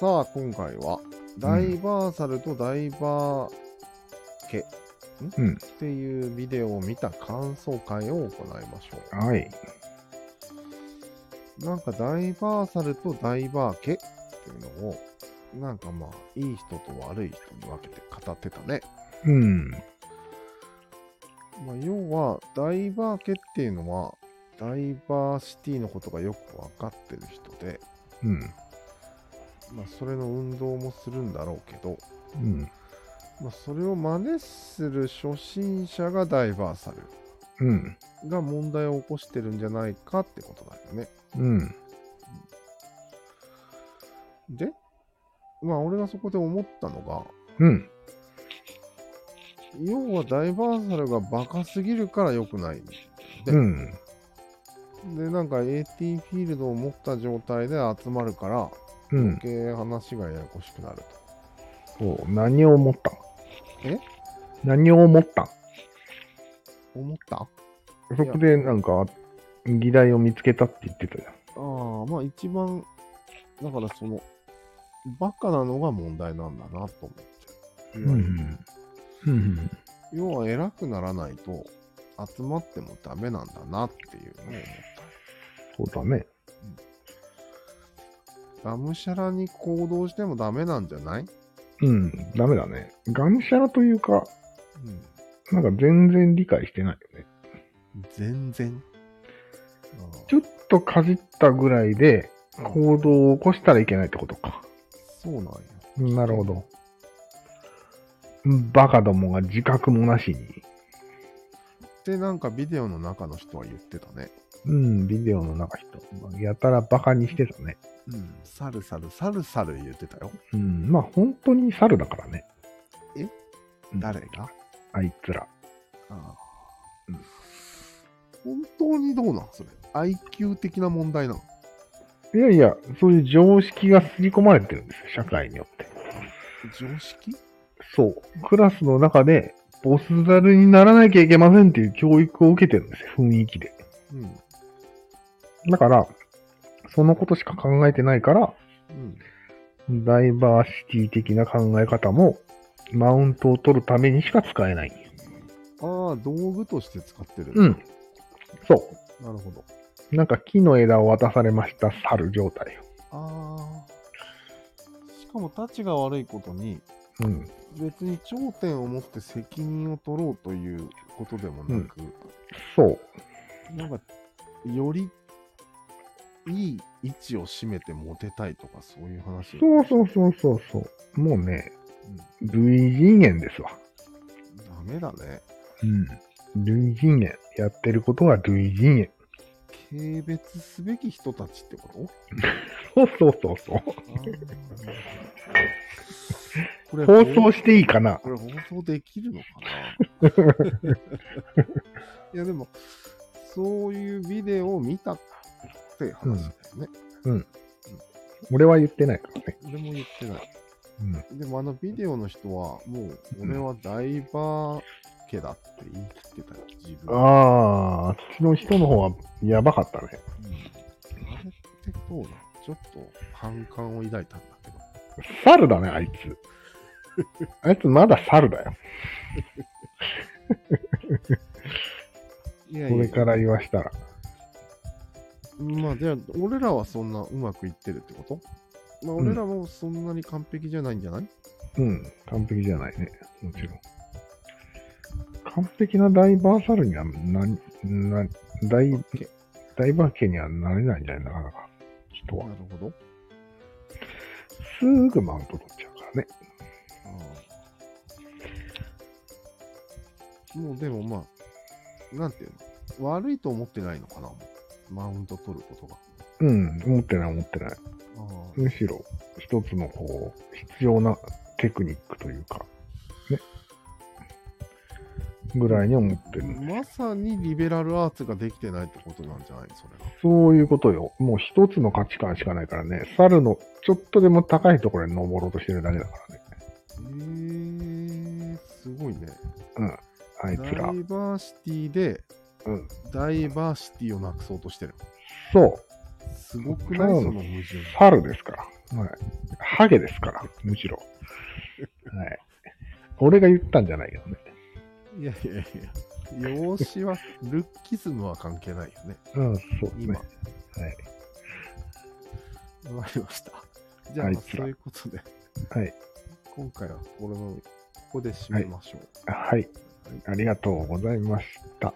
今回は、ダイバーサルとダイバー家、、うんっんていうビデオを見た感想会を行いましょはい。う。なんかダイバーサルとダイバー家っていうのを、なんかまあ、いい人と悪い人に分けて語ってたね。うん。まあ、要は、ダイバー家っていうのは、ダイバーシティのことがよく分かってる人で、うん。まあ、それの運動もするんだろうけど、うん。まあ、それを真似する初心者がダイバーサルうん。が問題を起こしてるんじゃないかってことだよね。うん。で、まあ俺がそこで思ったのが、うん。要はダイバーサルがバカすぎるから良くないんだうよね。ん。で、なんか AT フィールドを持った状態で集まるから、う余ん。計話がややこしくなると。そう。何を思ったえ何を思った思ったあそこでなんか、議題を見つけたって言ってたじあ、まあ一番、だからその、バカなのが問題なんだなと思って。ゃいん。わゆるうん。要は偉くならないと集まってもダメなんだなっていうのを思っそうだね。た。がむしゃらに行動してもダメなんじゃないうん。ダメだね。がむしゃらといううか、ん。なんか全然理解してないよね。全然。ちょっとかじったぐらいで行動を起こしたらいけないってことか。そうなんや。なるほど。バカどもが自覚もなしに。ってなんかビデオの中の人は言ってたね。うん、ビデオの中人。やたらバカにしてたね。うん。サルサル、サルサル言ってたよ。うん、まあ本当に猿だからね。えうん誰があいつら。ああ。うん本当にどうなんそれ。IQ 的な問題なの。いやいや、そういう常識が刷り込まれてるんですよ、社会によって。常識そう。クラスの中で、ボス猿にならなきゃいけませんっていう教育を受けてるんですよ、雰囲気で。うん。だから、そのことしか考えてないから、うん。ダイバーシティ的な考え方も、マウントを取るためにしか使えない。ああ、道具として使ってる。う。ん。そなるほど。う。なんか木の枝を渡されました、猿状態よ。ああ。しかも、たちが悪いことに、うん。別に頂点を持って責任を取ろうということでもなく、そう。なんか、よりいい位置を占めてモテたいとか、そういう話。そうそうそうそうそう。もうね、類人猿ですわ。ダメだね。うん。類人猿。やってることは類人猿。軽蔑すべき人たちってことそうそうそうそう。 これ放送していいかなこれ放送できるのかないやでも、そういうビデオを見たって話だよね。俺は言ってないからね。俺も言ってない。うん。でもあのビデオの人は、もう俺はダイバー家だって言い切ってたよ、自分。うんあああ、あっちの人の方はやばかったね。れってどうなのちょっと反感を抱いたんだけど。猿だね、あいつ。あいつまだ猿だよ。いやこれから言わしたら。まあ、では俺らはそんなうまくいってるってことまあ、うん俺らもそんなに完璧じゃないんじゃない、うん。完璧じゃないね。もちろん。完璧なダイバー猿にはな、な、ダイ、ダイバー家にはなれないんじゃないなかなか。人はな。るほど。すぐマウント取っちゃうからね。もうでもまあ、なんていうの悪いと思ってないのかなマウント取ることが。うん。思ってない思ってない。ああむしろ、一つのこう、必要なテクニックというか、ね。ぐらいに思ってる。まさにリベラルアーツができてないってことなんじゃないそれが。そういうことよ。もう一つの価値観しかないからね。猿のちょっとでも高いところに登ろうとしてるだけだからね。えー、すごいね。あダいイつバら。ーシティでうん。ダイバーシティをなくそうとしてる。そう。すごくなただいのその矛盾。猿ですから。はい。ハゲですから、むしろ。はい。俺が言ったんじゃないけどね。いやいやいや。容姿は、ルッキズムは関係ないよね。うん、そうです今。ねわ。はい。かりました。じゃあ、あいまあつらそういうことで、はい。今回はこれの、ここで締めましょう。はい。ありがとうございました。